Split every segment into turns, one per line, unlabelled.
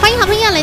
欢迎好朋友来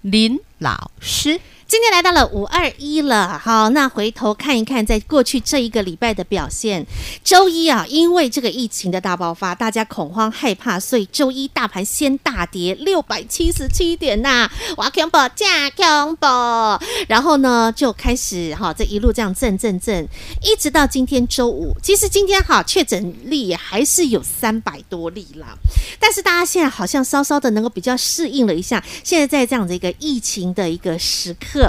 林老师。
今天来到了五二一了，好，那回头看一看，在过去这一个礼拜的表现，周一啊，因为这个疫情的大爆发，大家恐慌害怕，所以周一大盘先大跌六百七十七点呐、哇恐怖加恐怖，然后呢就开始哈，这一路这样震震震，一直到今天周五。其实今天哈确诊例还是有三百多例啦，但是大家现在好像稍稍的能够比较适应了一下，现在在这样的一个疫情的一个时刻，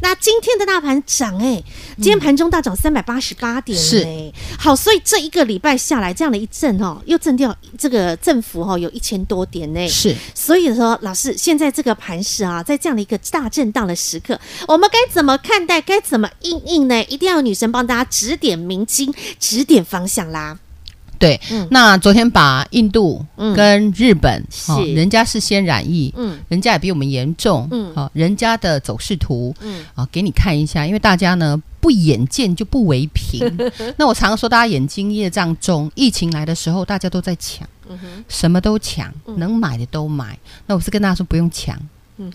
那今天的大盘涨哎、今天盘中大涨三百八十八点、哎，
嗯是
好，所以这一个礼拜下来，这样的一震哦，又震掉这个振幅哦，有一千多点呢、
是
所以说，老师，现在这个盘势啊，在这样的一个大震荡的时刻，我们该怎么看待？该怎么应应呢？一定要有女神帮大家指点明津，指点方向啦。
对，
嗯
那昨天把印度
嗯
跟日本，哦
是
人家是先染疫，
嗯
人家也比我们严重，
嗯
好、人家的走势图，
嗯
啊，给你看一下，因为大家呢不眼见就不为 凭。那我常说，大家眼睛业障重，疫情来的时候大家都在抢，
嗯
什么都抢，能买的都买。那我是跟大家说，不用抢，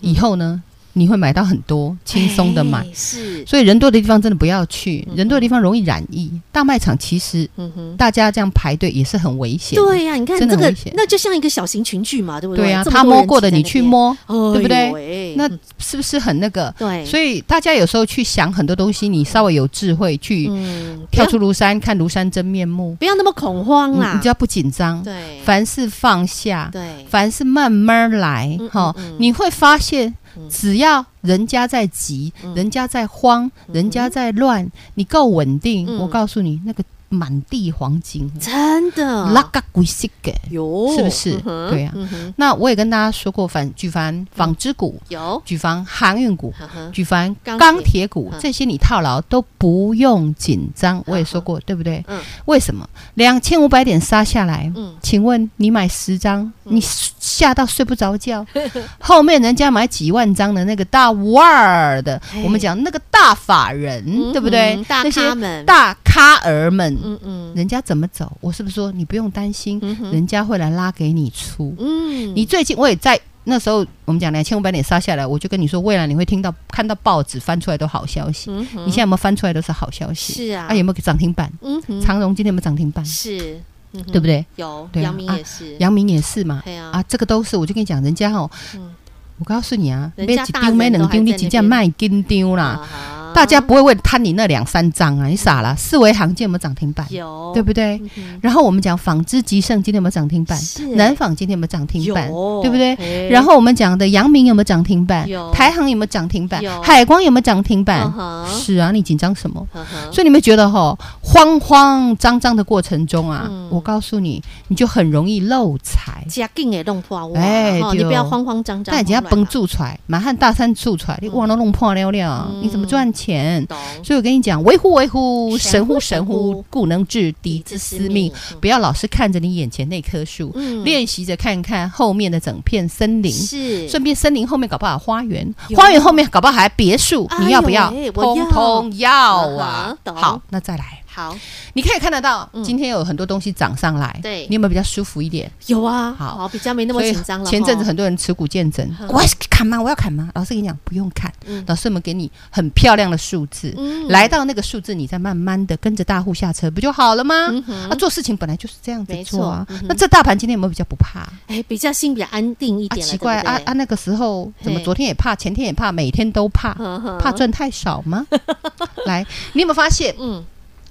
以后呢你会买到很多，轻松的买。
嗯哎是，
所以人多的地方真的不要去，人多的地方容易染疫。大卖场其实
嗯哼，
大家这样排队也是很危险的。
对呀、你看
真的
这个
很危险，
那就像一个小型群聚嘛，对不
对
对
啊，
这么
他
多人
摸过的
挤在
你
那
去
边，
摸，
哎
对不对
呦喂
那
嗯
是不是很那个？
对，
所以大家有时候去想很多东西，你稍微有智慧去
嗯，不
跳
要
出庐山，看庐山真面目。
不要那么恐慌
你
啦
你只，要不紧张，
嗯啊对，
凡事放下，
对，
凡事慢慢来
嗯，
哈
嗯嗯，
你会发现
嗯，
只要人家在急，人家在慌，人家在乱，你够稳定
嗯，
我告诉你，那个满地黄金，
真的
拉嘎鬼西给。
有
是不是
啊嗯哼
对啊
嗯哼
那我也跟大家说过，反举凡纺织股、
有，
举凡航运股、
呵呵
举凡
钢铁
钢铁股
嗯
这些你套牢都不用紧张，我也说过，对不对？
嗯
为什么两千五百点杀下来？
嗯
请问你买十张，你吓到睡不着觉， 后面人家买几万张的那个大腕儿的
嘿，
我们讲那个大法人，
嗯
对不对
嗯？大
那些
咖们
大咖儿们，
嗯嗯
人家怎么走？我是不是说你不用担心，
嗯哼
人家会来拉给你出？
嗯，
你最近我也在那时候，我们讲两千五百点杀下来，我就跟你说，未来你会听到看到报纸翻出来都好消息。
嗯
你
哼
现在有没有翻出来都是好消息？
是啊
啊，有没有涨停板？
嗯哼
长荣今天有没有涨停板？
是，嗯哼
对不对？
有，
对啊
杨明也是，
阳明也是嘛。
对啊
啊，这个都是，我就跟你讲，人家哦
嗯，
我告诉你啊，
人家
买一
大
丢
人
没
都
两
还
丢，你
在
只
那
叫
边
卖金丢啦。
啊
大家不会为了贪你那两三张啊，你傻啦。四维行今天有没有涨停板？
嗯有
对不对？
对？
然后我们讲纺织极盛今天有没有涨停板？
是
南纺今天有没有涨停板？
有
对不对？
嘿
然后我们讲的阳明有没有涨停板
有？
台航有没有涨停板
有？
海光有没有涨停板
嗯？哼嗯
是啊，你紧张什么？
呵呵
所以你们觉得哈，慌慌张张的过程中啊，
嗯
我告诉你，你就很容易漏财。
加劲也弄破我，
哎
哦
对
你不要慌慌张张，
但人家
慌乱啊
崩
啦，
住出来，满汉大山住出来，你忘了弄破了了，
嗯
你怎么赚钱？
懂？
所以我跟你讲，为乎为乎，
神
神
乎
乎
神
神
乎
乎，故能治敌之私命。，不要老是看着你眼前那棵树，
嗯
练习着看看后面的整片森林，
是
顺便森林后面搞不好花园
有，
花园后面搞不好还别墅，
哎呦
你要不要
喂？我要
通通要啊
嗯！哼懂
好，那再来，
好
你可以看得到
嗯，
今天有很多东西涨上来，
对
你有没有比较舒服一点？
有啊，
好
比较没那么
所以
紧张了。
前阵子
吼
很多人持股见证
嗯，
我要砍吗？我要砍吗？老师跟你讲，不用砍
嗯，
老师我们给你很漂亮的数字，
嗯
来到那个数字，你再慢慢的跟着大户下车，不就好了吗
嗯？哼
啊，做事情本来就是这样子
没错
做啊
嗯哼。
那这大盘今天有没有比较不怕？
哎比较心比较安定一
啊，
点了，
奇怪
对不
啊
对
啊，那个时候怎么
嘿
昨天也怕，前天也怕，每天都怕，
呵呵
怕赚太少 吗？来，你有没有发现？
嗯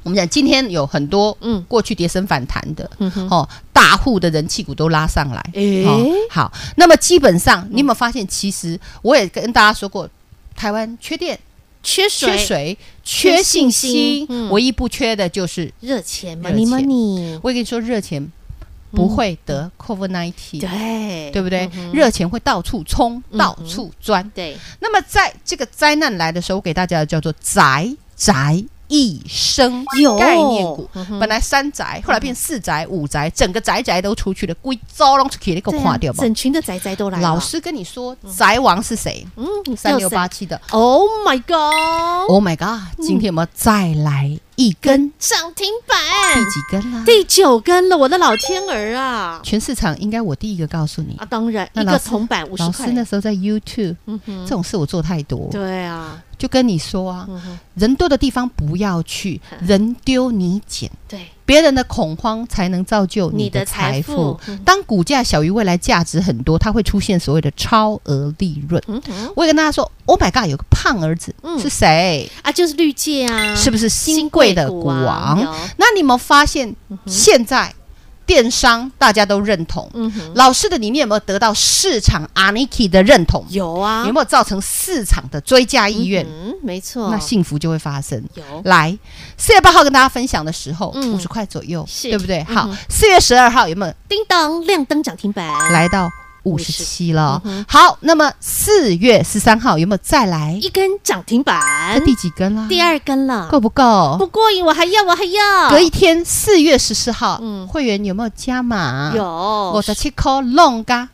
我们讲今天有很多
嗯
过去跌升反弹的，
嗯哼，
哦，大户的人气股都拉上来。
诶
哦，好，那么基本上你有没有发现？其实我也跟大家说过，台湾缺电。
缺
缺
水、
水、
缺
缺信
信
心
心，嗯
唯一不缺的就是
热钱
热
，money
钱
money，
我跟你说，热钱不会
嗯
得 COVID 19，、
对
对不对
嗯哼？
热钱会到处冲，
嗯哼
到处钻。
对，
那么在这个灾难来的时候，我给大家的叫做宅宅一生
有
概念股。
嗯哼
本来三宅，后来变四宅、五宅，整个宅宅都出去了，归糟拢出去了，你给我
对啊
垮掉吧。
整群的仔仔都来了。
老，师跟你说，宅王是谁？
嗯，
三六八
六
七的。
三，Oh my God，
Oh my god！今
嗯
天我们再来一根，
涨停
第
板
几根啦？
嗯第九根了，我的老天儿啊！
全市场应该我第一个告诉你。
啊，当然，
那
一个
老师
铜板五十
老
块
师，那时候在 YouTube，、
嗯哼
这种事我做太多，
对啊，
就跟你说啊，
嗯哼，
人多的地方不要去，
哼
人丢你捡。
对，
别人的恐慌才能造就
你
你
的
的
财
财
富
富。
嗯
当股价小于未来价值很多，它会出现所谓的超额利润。
嗯哼，
我也跟大家说，Oh my god，有个胖儿子、
嗯
是谁？
啊，就是绿界啊，
是不是新贵的股王？
有
那你有没有发现，现在电商大家都认同，
嗯哼，
老师的里面有没有得到市场 Aniki 的认同？
有啊，
有没有造成市场的追加意愿？
嗯，没错，
那幸福就会发生。
有
来，四月八号跟大家分享的时候，
嗯
五十块左右，
是
对不对？好
嗯哼，
四月十二号有没有
叮当亮灯涨停板，
来到五十七了？
嗯
好，那么四月十三号有没有再来？
一根涨停板
这，第几根啦？
第二根了，
够不够？
不过瘾，我还要，我还要，
隔一天，四月十四号
嗯，
会员有没有加码？
有，
五十七颗弄 嘎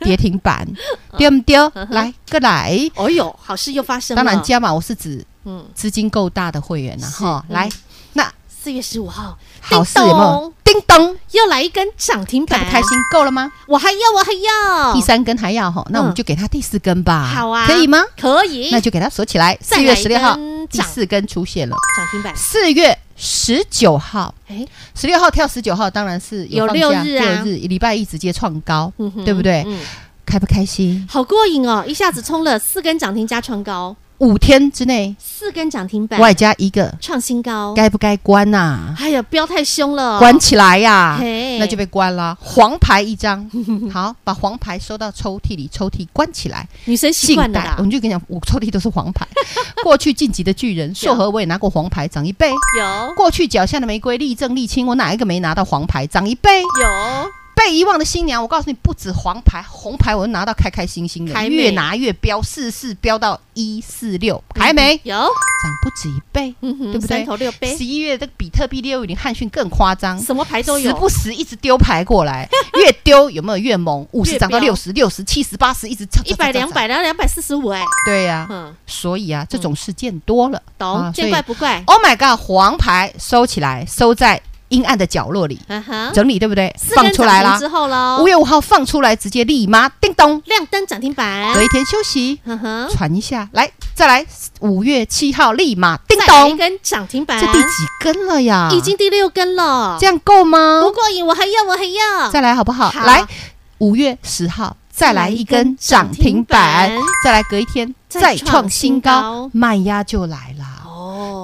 跌停板，
嗯
对不对？来，过来。
哦呦，好事又发生了，
当然加码，我是指
嗯，
资金够大的会员了啊
是
哈。
嗯
来，那
四月十五号
好事有没有？叮咚，
又来一根涨停
开
板，
不开心？？够了吗？
我还要，我还要，
第三根还要哈，那我们
哦嗯
就给他第四根吧。
好啊
可以吗？
可以，
那就给他锁起来。
再
四
来
月
一
十
根
六号
涨
第四根出现了，
涨停板，
四月十九号，
哎，
十六号跳十九号，当然是
有
有放
六
假
日啊
六日礼拜一直接创高，
嗯哼
对不对？
嗯，
开不开心？
好过瘾哦，一下子冲了四根涨停加创高，
五天之内
四根涨停板，
外加一个，
创新高，
该不该关呐？
哎呀，飙太凶了，
关起来呀
嘿，
那就被关了。黄牌一张，好，把黄牌收到抽屉里，抽屉关起来。
女生习惯了
代
啦，
我们就跟你讲，我抽屉都是黄牌。 过去晋级的巨人
有
硕和我也拿过黄牌，涨一倍。
有
过去脚下的玫瑰力正沥青，我哪一个没拿到黄牌，涨一倍？
有，
被遗忘的新娘，我告诉你，不止黄牌，红牌我拿到开开心心
凯
的，
美
越拿越飙，四四飙到一四六，还没
有，
涨不止一倍，
嗯哼
对不
三
对
头？六杯
十，一月的比特币六五零汉逊更夸张，
什么牌都
时
有，
不时一直丢牌 过来，越丢有没有越猛？五
越
十涨到
飙
六十，六十七十八十，一直涨
一百
涨
两
涨涨
百，然后两百四十五，哎，
对呀、
嗯，
所以啊，这种事件多了，
懂，
啊
见怪不怪，
所以 Oh my God，黄牌收起来，收在阴暗的角落里，
嗯哼，
整理对不对？
四
放
根
出来
涨停
啦，
之后啊喽
五，月五号放出来，直接立马叮咚，
亮灯涨停板
隔，一天休息，
嗯哼，
传一下，来再来，五月七号立马叮
再来一
咚，
根涨停板
这，第几根了呀？
已经第六根了
这，样够吗
不？过瘾，我还要，我还要，
再来好不好？
好
来，五月十号再来一根涨停
再来一
板
根涨停板，
再来隔一天
再
再
创
创
新
新
高
高，卖压就来了。
哦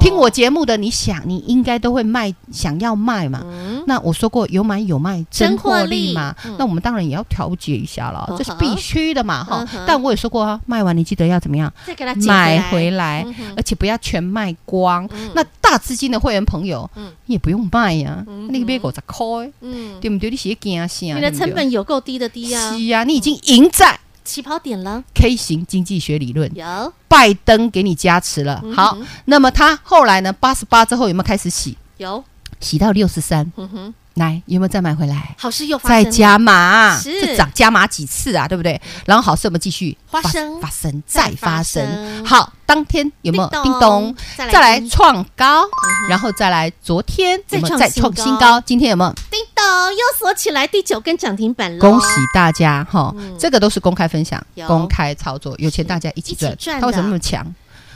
听我节目的，你想你应该都会卖，想要卖嘛？
嗯
那我说过有买有卖，
真
真
获利
获利嘛。
嗯
那我们当然也要调节一下了
嗯，
这是
哼
必须的嘛哈
嗯哼。
但我也说过啊，卖完你记得要怎么样，
再给它捡
买回来
嗯哼，
而且不要全卖光
嗯。
那大资金的会员朋友
嗯，
你也不用卖呀
嗯哼，
那个别五十块，
嗯，
对不对？你是惊死啊？
你的
对不对
成本有够低的低啊，
是啊，你已经赢在
起跑点了，
K 型经济学理论，
有嗯
拜登给你加持了。好，那么他后来呢？八十八之后有没有开始洗？
有，
洗到六十三，
嗯哼，
来有没有再买回来？
好事又发生了，
再加码，
是
这涨加码几次啊？对不对？然后好事我们继续
花
发
生
发生
再
再发
发
生。
生
好，当天有没有
叮
叮
咚
咚？
再来嗯
再来
叮
创高，然后再来昨天
再
有没有
创
再
新
创新
高
高？今天有没有？
叮咚又锁起来第九根涨停板了，
恭喜大家哈
嗯！
这个都是公开分享
有、
公开操作，有钱大家一起
一
赚
起赚。的
他为什么那么强？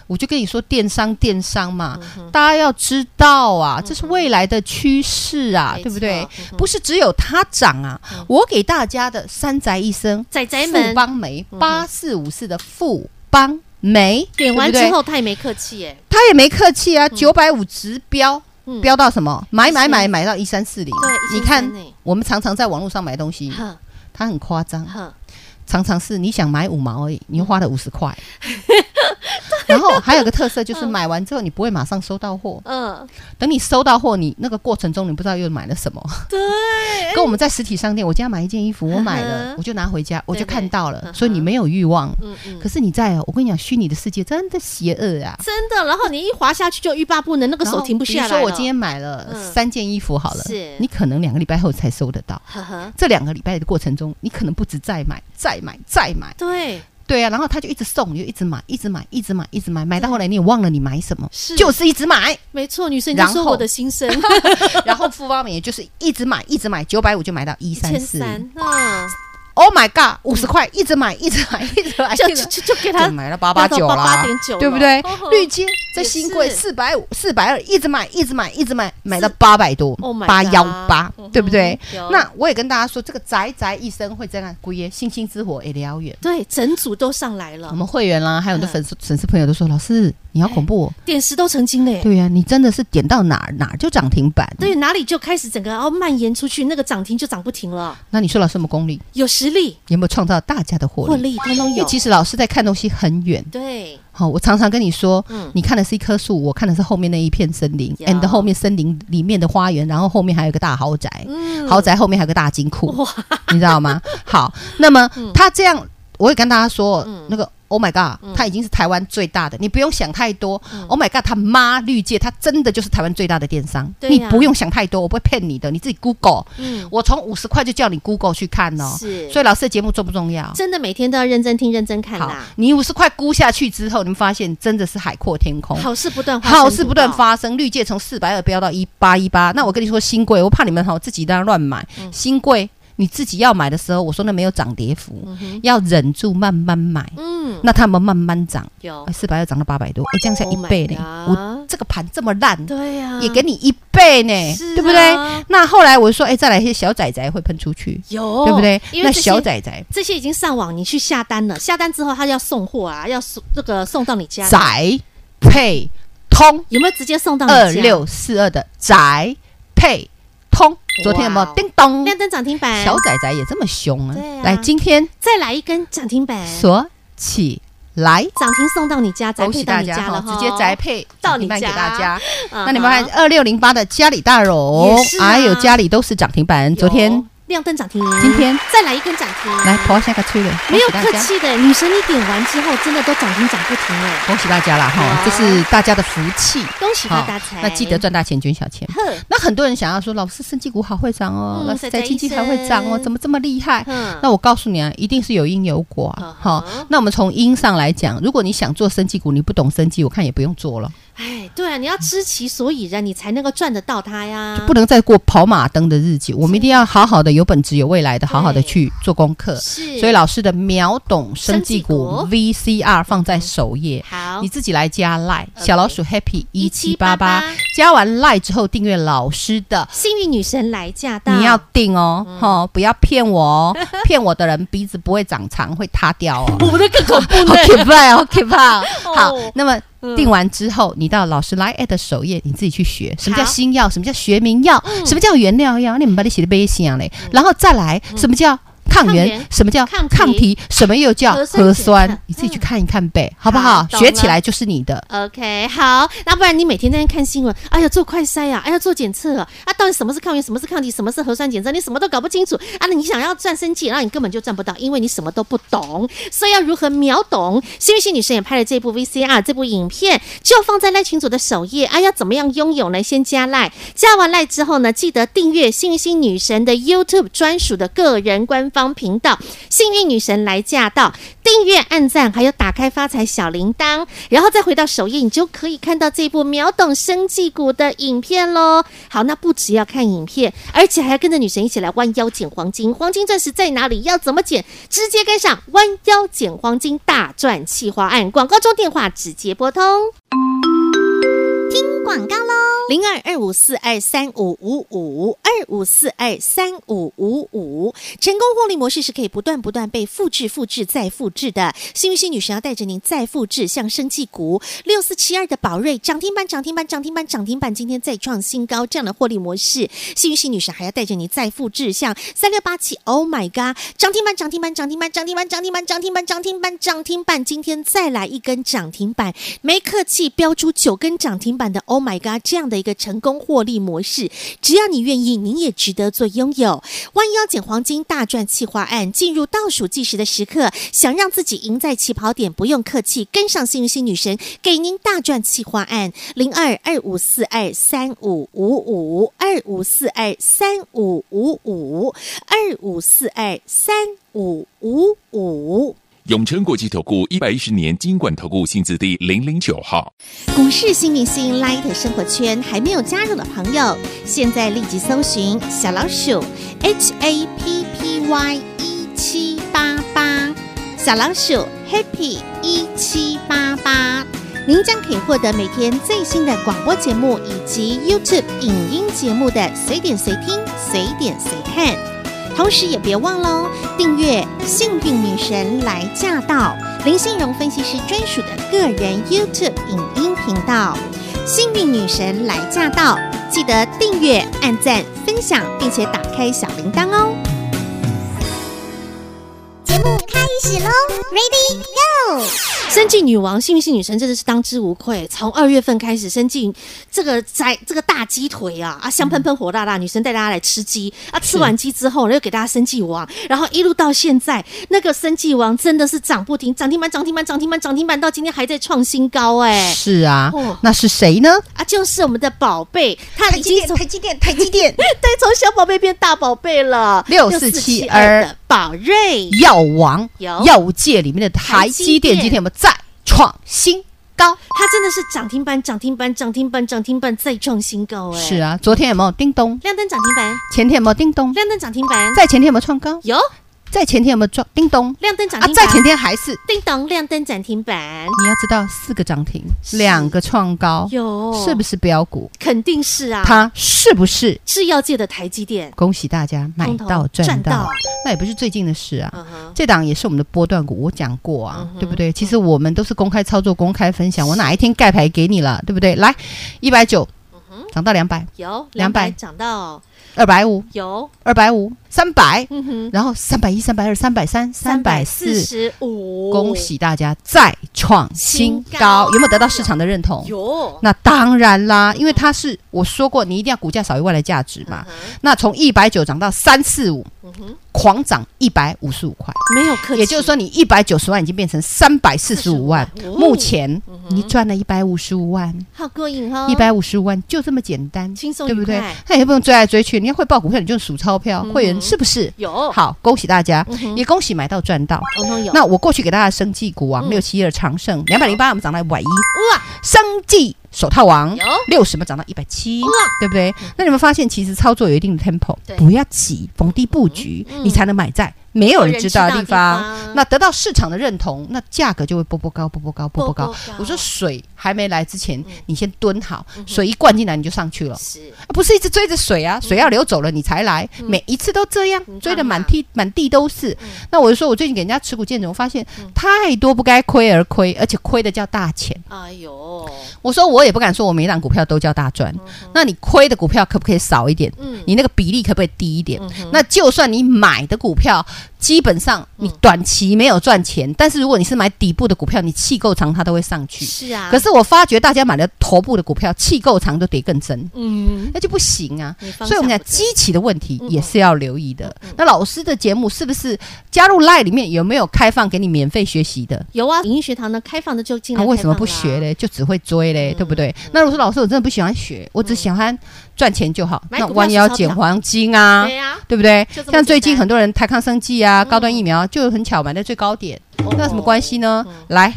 我就跟你说，电商电商嘛，
嗯
大家要知道啊，这是未来的趋势啊，
没
对不对
错嗯？哼嗯
不是只有它涨啊！我给大家的三宅一生、
仔仔
富
们嗯
邦梅
哼
八四五四的富邦梅，
点完
对不
之
对
后，他也没客气哎，
他也没客气啊，九百五直标
嗯，
标到什么？买买
13
买买到一三四零
对，13
你看
呢
我们常常在网络上买东西，
哼
它很夸张。
哼，
常常是你想买五毛而已，你又花了五 十块。然后还有个特色就是买完之后你不会马上收到货，
嗯，
等你收到货，你那个过程中你不知道又买了什么。
对，
跟我们在实体商店，我今天买一件衣服，我买
嗯
了
哼
我就拿回家，我就
对对
看到
嗯
了，
哼
所以你没有欲望。
嗯嗯，
可是你在哦我跟你讲，虚拟的世界真的邪恶啊！
真的。然后你一滑下去就欲罢不能，那个手停不下来了。
然后比如说我今天买了
嗯
三件衣服好了，
是
你可能两个礼拜后才收得到。
呵呵，
这两个礼拜的过程中，你可能不止再买、再买、再买，
对，
对啊，然后他就一直送，你就一直买、一直买、一直买、一直买，买到后来你也忘了你买什么，
是
就是一 直买，
没错，女生你就
然
说
后
我的心声，
然后付方面也就是一直买、一直买，九百五就买到一三四
啊，
，Oh my god，五十块一直买、一直买、一直买，
就
一直
就
买
就就给他
就买了八八九啦
889了，
对不对
哦吼？
绿街在新贵
也
四百五、四百二，一直买、一直买、一直买，买到八百多
Oh my，
八
god
幺八
嗯哼，
对不对
有？
那我也跟大家说，这个宅宅一生会这样，姑爷星星之火也燎原。
对，整组都上来
我
了，
们会员啦，还有很多
啊嗯
粉丝、粉丝朋友都说，老师你好恐怖、哦，
点石都成金嘞。
对呀、你真的是点到哪儿哪儿就涨停板。
哎对，哪里就开始整个哦蔓延出去，那个涨停就涨不停了。
那你说老师有没有功力？
有实力，
有没有创造大家的获利？
获利通通
因为
有。
其实老师在看东西很远，
对，
好、我常常跟你说，
嗯
你看的是一棵树，我看的是后面那一片森林
有
，and 后面森林里面的花园，然后后面还有一个大豪宅，
嗯
豪宅后面还有个大金库，你知 道吗？好，那么
嗯
他这样，我也跟大家说，那个 Oh my God，他已经是台湾最大的，你不用想太多。
嗯
Oh my God，他妈绿界，他真的就是台湾最大的电商，
对
你
呀
不用想太多，我不会骗你的，你自己 Google，
嗯，
我从五十块就叫你 Google 去看哦。
是
所以老师的节目重不重要？
真的每天都要认真听、认真看
好
啦，，
你五十块估下去之后，你们发现真的是海阔天空。
好事不断发生，
好事不断发生，绿界从四百二飙到一八一八。那我跟你说，新贵，我怕你们好自己在那乱买。
嗯
新贵你自己要买的时候，我说那没有涨跌幅，要忍住慢慢买。
嗯，
那他们慢慢涨，
有，
四百二涨到八百多，哎、这样才
Oh
一倍呢。
my
我
God
这个盘这么烂，
对啊呀，
也给你一倍呢，
是啊
对不对？那后来我说，哎、再来一些小仔仔会喷出去，
有，
对不对？
哦因为
那
这些
小仔仔
这些已经上网，你去下单了，下单之后他要送货啊，要送那个送到你家，
宅配通
有没有直接送到你家？
二六四二的宅配通，昨天有没
哇哦
有叮咚？
亮灯涨停板，
小仔仔也这么凶啊！
对啊
来，今天
再来一根涨停板，
锁起来，
涨停送到你家，宅
恭
配
喜
到
大
你
家
家
哈，
了，啊
直接宅。配
到你
涨停板给大家。
那
那你们看二六零八的家里大荣
也是，啊
哎呦，家里都是涨停板。嗯昨天
亮灯涨停，
今天
再来一根涨停，
来，头啊下个吹了，
没
恭
有
喜大
客
家，
气的，女神你点完之后真的都涨停涨不停哎，
恭喜大家啦
哇
哈，这是大家的福气。
恭喜发
好
大财。
那记得赚大钱捐小钱。
呵，
那很多人想要说，老师，生技股好会涨哦
嗯，
老
仔
师
仔
在经济还会涨
医
哦，
生
怎么这么厉害？
嗯，
那我告诉你啊，一定是有因有果啊。
嗯
好、
哼
那我们从因上来讲，如果你想做生技股，你不懂生技，我看也不用做了，
哎，对啊，你要知其所以然，你才能够赚得到它呀。
不能再过跑马灯的日子。我们一定要好好的有本质、有未来的，好好的
对
去做功课。
是，
所以老师的秒懂生技股
生嗯
VCR 放在首页。
好
你，自己来加赖
OK
小老鼠 Happy 一七八八
1788，
加完赖之后订阅老师的
幸运女神来驾到，
你要定哦，吼，不要骗我哦，骗我的人鼻子不会长长，会塌掉哦。我的更恐怖 好可怕哦，好可怕哦。好，那么。定完之后，你到老师 Line at 的首页，你自己去学什么叫
好
新药，什么叫学名药，什么叫原料药，你们把你写的背心嘞，然后再来什么叫抗
抗
原
原，
什么叫
抗体
抗体，什么又叫
核酸
核
检测
酸，你自己去看一看呗，好不
好
好？
懂
学起
了
来就是你的。
OK，好，那不然你每天在那看新闻，哎呀做快筛啊，哎呀做检测啊，啊到底什么是抗原，什么是抗体，什么是核酸检测，你什么都搞不清楚啊！那你想要赚生计，那你根本就赚不到，因为你什么都不懂。所以要如何秒懂？啊幸运星女神也拍了这部 VCR 这部影片，就放在赖群组的首页。啊，要怎么样拥有呢？先加赖，加完赖之后呢，记得订阅幸运星女神的 YouTube 专属的个人官方频道“幸运女神来驾到”，订阅、按赞，还有打开发财小铃铛，然后再回到首页，你就可以看到这部秒懂生技股的影片喽。好，那不只要看影片，而且还要跟着女神一起来弯腰捡黄金。黄金钻石在哪里？要怎么捡？直接跟上弯腰捡黄金大赚企划案，广告中电话直接拨通。
广告喽。
零零二二五四二三五五五二五四二三五五五。成功获利模式是可以不断不断被复制、复制再复制的。幸运星女神要带着您再复制，像生技股六四七二的宝瑞涨停板、涨停板、涨停板、涨停板，今天再创新高，这样的获利模式，幸运星女神还要带着你再复制，像三六八七，Oh my god，涨停板、涨停板、涨停板、涨停板、涨停板、涨停板、涨停板、涨停板，今天再来一根涨停板，没客气，标出九根涨停板的 Oh my god，这样的一个成功获利模式，只要你愿意，您也值得做拥有。万幺减黄金大赚企划案进入倒数计时的时刻，想让自己赢在起跑点，不用客气，跟上幸运星女神，给您大赚企划案零二二五四二三五五五二五四二三五五五二五四二三五五五。
永诚国际投顾一百一十年金管投顾新字第零零九号，
股市新明星 Light 生活圈还没有加入的朋友，现在立即搜寻小老鼠 HAPPY 一 E 七八八，小老鼠 Happy 一七八八，您将可以获得每天最新的广播节目以及 YouTube 影音节目的随点随听、随点随看。同时也别忘喽，订阅《幸运女神来驾到》林信荣分析师专属的个人 YouTube 影音频道《幸运女神来驾到》，记得订阅、按赞、分享，并且打开小铃铛哦。
节目开始喽，Ready Go！
生计女王、幸运系女神真的是当之无愧。从二月份开始，生计这个在这个大鸡腿啊啊，香喷喷、火辣辣，女神带大家来吃鸡啊，吃完鸡之后呢，又给大家生计王，然后一路到现在，那个生计王真的是涨不停，涨停板、涨停板、涨停板、涨停板，到今天还在创新高哎、
是啊，
哦
那是谁呢？
啊，就是我们的宝贝，他已经从
积电，台积电，
哎 对从小宝贝变大宝贝了，
6472
6472的宝瑞
药王，
有
药界里面的台
台
积
积
电，
电
今天我们再创新高。
它真的是涨停板、涨停板、涨停板、涨停板再创新高哎、
是啊，昨天有没有叮咚？
亮灯涨停板，
前天有没有叮咚？
亮灯涨停板，
在前天有没有创高？
有
在前天有没有创叮咚？
亮灯涨
啊
停，板，
在前天还是
叮咚亮灯涨停板，
你要知道，四个涨停，两个创高，
有
是不是标股？
肯定是啊，
它是不是？
制药界的台积电，
恭喜大家买
通通
到赚
赚
到
到，
那也不是最近的事啊。
嗯哼，
这档也是我们的波段股，我讲过啊，对不对？其实我们都是公开操作、公开分享，我哪一天盖牌给你了，对不对？来，一百九涨到两百，
有
两百
200涨到
二百五，
有，
二百五，三百，
嗯哼，
然后三百一、三百二、三百三、嗯三百四。
十五，
恭喜大家再创
新
新高，嗯
高
有没有得到市场的认同？
有，
那当然啦，因为它是我说过，你一定要股价少于外来价值嘛。那从一百九涨到三四五，狂涨一百五十五块，
没有客气，
也就是说你一百九十万已经变成三百四十五万，
哦
目前你赚了一百五十五万，
好过瘾哦，
一百五十五万就这么简单，
轻松
对不
愉
对
快？
那也不用追来追去，你要会报股票，你就数钞票，会员是不是？
有，
好，恭喜大家
哦嗯，哼
也恭喜买到赚到。
通通有，
那我过去给大家生技股王
嗯
六七二长盛两百零八，我们涨到一百一，
哇，
生技手套王
有
六十嘛涨到一百七
哇，嗯
对不对？那你们发现其实操作有一定的 tempo，
对
不要急，逢低布局，
嗯嗯
你才能买在没有人知道的地
没有人知道的地
方
方。
那得到市场的认同，那价格就会波波高，波波高，波波
波
高
波高。
我说水还没来之前
嗯，
你先蹲好，水一灌进来你就上去了。
是
啊不是一直追着水啊，水要流走了你才来，每一次都这样
嗯，
追得
当然嗯
满地满地都是。那我就说，我最近给人家持股见证，我发现太多不该亏而亏，而且亏的叫大钱。
哎呦，
我说我也不敢说我每一档股票都叫大赚，那你亏的股票可不可以少一点？
嗯
你那个比例可不可以低一点？那就算你买的股票，基本上你
嗯
短期没有赚钱，但是如果你是买底部的股票，你气够长它都会上去。
是啊，
可是我发觉大家买的头部的股票，气够长都跌更深。
嗯，
那就不行啊
你。方向
所以我们讲
不对嗯
激起的问题也是要留意的。那老师的节目是不是加入 Line 里面有没有开放给你免费学习的？
有啊，影音学堂呢开放的嗯就进
他、
来，
啊为什么不学？嘞？就只会追嘞，对不对？那如果说老师我真的不喜欢学，我只喜欢赚钱就好，
嗯买
那
股票
弯腰
是钞票
捡黄金啊
对。呀，
对不对
就这？么
像最近
简单嗯
很多人台康生技啊、高端疫苗，就很巧买在最高点，那有什么关系呢？
嗯
来，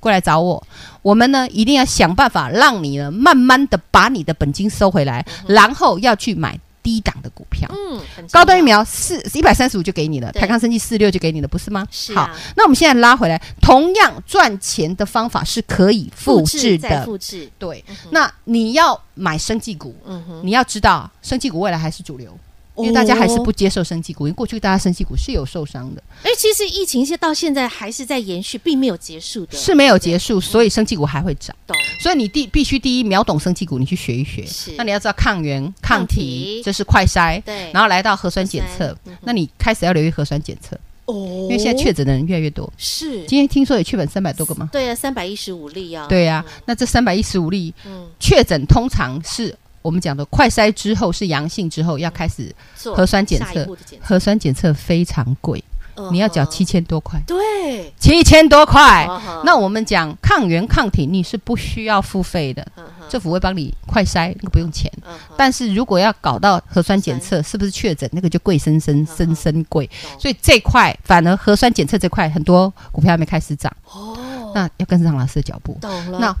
过来找我，我们呢一定要想办法让你呢慢慢的把你的本金收回来，然后要去买低档的股票。
嗯，很
高端疫
重要
苗四一百三十五就给你了，
啊对
台康生技四六就给你了，不是吗？
是啊
好，那我们现在拉回来，同样赚钱的方法是可以复制
再
的。
复制，
对，那你要买生技股，
嗯哦哼，
你要知道生技股未来还是主流，因为大家还是不接受生技股，因为过去大家生技股是有受伤的，
哎，其实疫情现到现在还是在延续，并没有结束的，
是没有结束，所以生技股还会涨。
懂
所以你第必须第一秒懂生技股，你去学一学
是。
那你要知道抗原、
抗
抗
体
体，这是快筛，
对嗯
然后来到核酸检测，那你开始要留意核酸检测，
哦
因为现在确诊的人越来越多。
是
今天听说也确诊三百多个吗？
对啊，三百一十五例啊，
对呀、那这三百一十五例
嗯，
确诊，通常是我们讲的快筛之后是阳性之后要开始
做
核酸检测
下一步的检测，
核酸检测，非常贵，你要缴
嗯哼
七，千多块，
对，
七千多块。
嗯哼
那我们讲抗原抗体，你是不需要付费的，
嗯哼
政府会帮你快筛，那个不用钱。
嗯哼
但是如果要搞到核酸检测，是不是确诊那个就贵生生生生贵？
啊懂
所以这块反而核酸检测这块很多股票还没开始涨，
哦，
那要跟上老师的脚步。
懂了，
那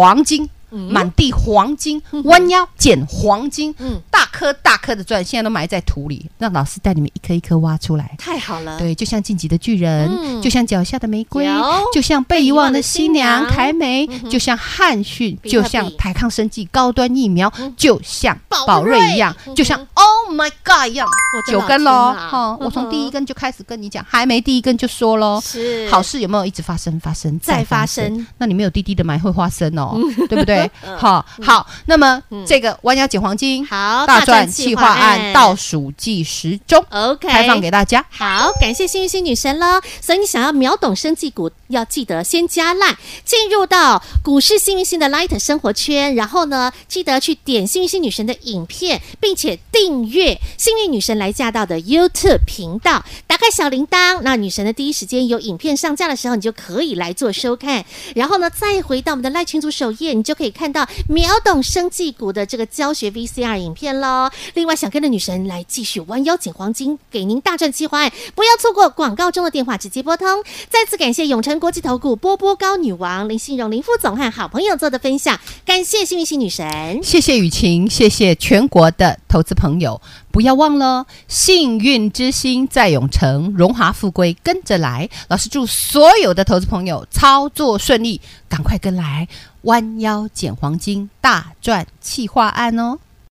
黄金
嗯
满地黄金，弯腰捡黄金，
嗯
大颗大颗的钻，现在都埋在土里，让老师带你们一颗一颗挖出来。
太好了，
对，就像晋级的巨人，
啊嗯
就像脚下的玫瑰
有，
就像被遗忘的新
哦
娘
被遗忘的新娘嗯
凯美，就像汉逊，
比特
就
币
像台康生技高端疫苗，
嗯
就像宝
瑞
瑞一样
嗯哼，
就像 Oh my God 一样，
我的
九
老
根
天
喽。
啊
哦，我
嗯
从
哼
第一根就开始跟你讲，还没第一根就说喽。
是
好事有没有一直发生？发生
再
再
发
发
生
生？那你没有滴滴的买会花生 哦，对不对？
嗯
好好，那么
嗯
这个弯腰捡黄金
好
大赚企划案倒数计时中，
OK
开放给大家。
好，感谢幸运星女神喽！所以你想要秒懂生技股，要记得先加 line，进入到股市幸运星的 Light 生活圈，然后呢，记得去点幸运星女神的影片，并且订阅幸运女神来驾到的 YouTube 频道，打开小铃铛，那女神的第一时间有影片上架的时候，你就可以来做收看。然后呢，再回到我们的赖群组首页，你就可以看到秒懂生技股的这个教学 VCR 影片喽。另外，想跟着女神来继续弯腰捡黄金，给您大赚计划案，不要错过广告中的电话，直接拨通。再次感谢永诚国际投顾波波高女王林信荣林副总和好朋友做的分享，感谢幸运星女神。
谢谢雨晴，谢谢全国的投资朋友，不要忘了，幸运之星在永城，荣华富贵跟着来。老师祝所有的投资朋友操作顺利，赶快跟来，弯腰捡黄金，大赚企划案哦。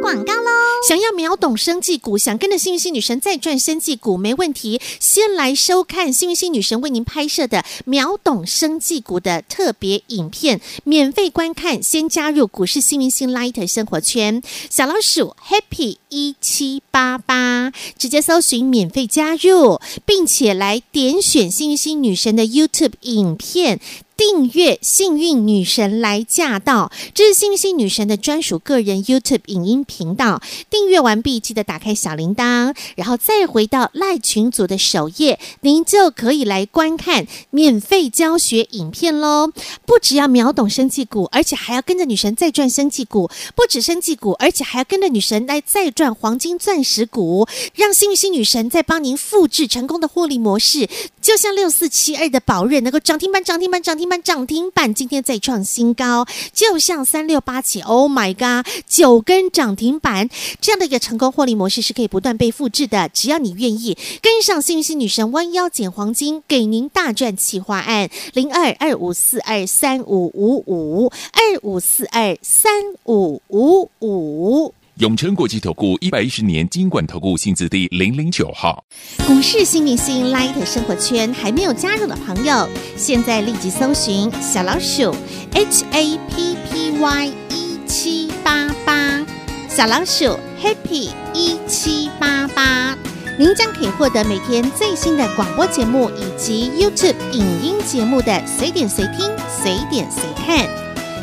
广告喽！
想要秒懂生技股，想跟着幸运星女神再赚生技股，没问题。先来收看幸运星女神为您拍摄的秒懂生技股的特别影片，免费观看。先加入股市幸运星 Light 生活圈，小老鼠 Happy 一七八八，直接搜寻免费加入，并且来点选幸运星女神的 YouTube 影片。订阅“幸运女神来驾到”，这是幸运星女神的专属个人 YouTube 影音频道。订阅完毕，记得打开小铃铛，然后再回到赖群组的首页，您就可以来观看免费教学影片喽。不只要秒懂生技股，而且还要跟着女神再赚生技股；不止生技股，而且还要跟着女神来再赚黄金、钻石股，让幸运星女神再帮您复制成功的获利模式。就像六四七二的宝瑞能够涨停板、涨停板、涨停板、涨停板，今天再创新高；就像三六八七，Oh my god，九根涨停板，这样的一个成功获利模式是可以不断被复制的，只要你愿意跟上幸运星女神弯腰捡黄金，给您大赚企划案零二二五四二三五五五二五四二三五五五。
永诚国际投顾一百一十年金管投顾性质第零零九号。
股市新明星 Light 生活圈还没有加入的朋友，现在立即搜寻小老鼠 HAPPY 一 E 七八八，小老鼠 Happy 一七八八，您将可以获得每天最新的广播节目以及 YouTube 影音节目的随点随听、随点随看。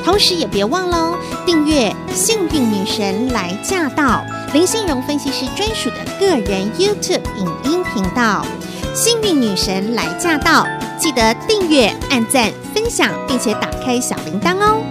同时也别忘喽，订阅《幸运女神来驾到》林信荣分析师专属的个人 YouTube 影音频道《幸运女神来驾到》，记得订阅、按赞、分享，并且打开小铃铛哦。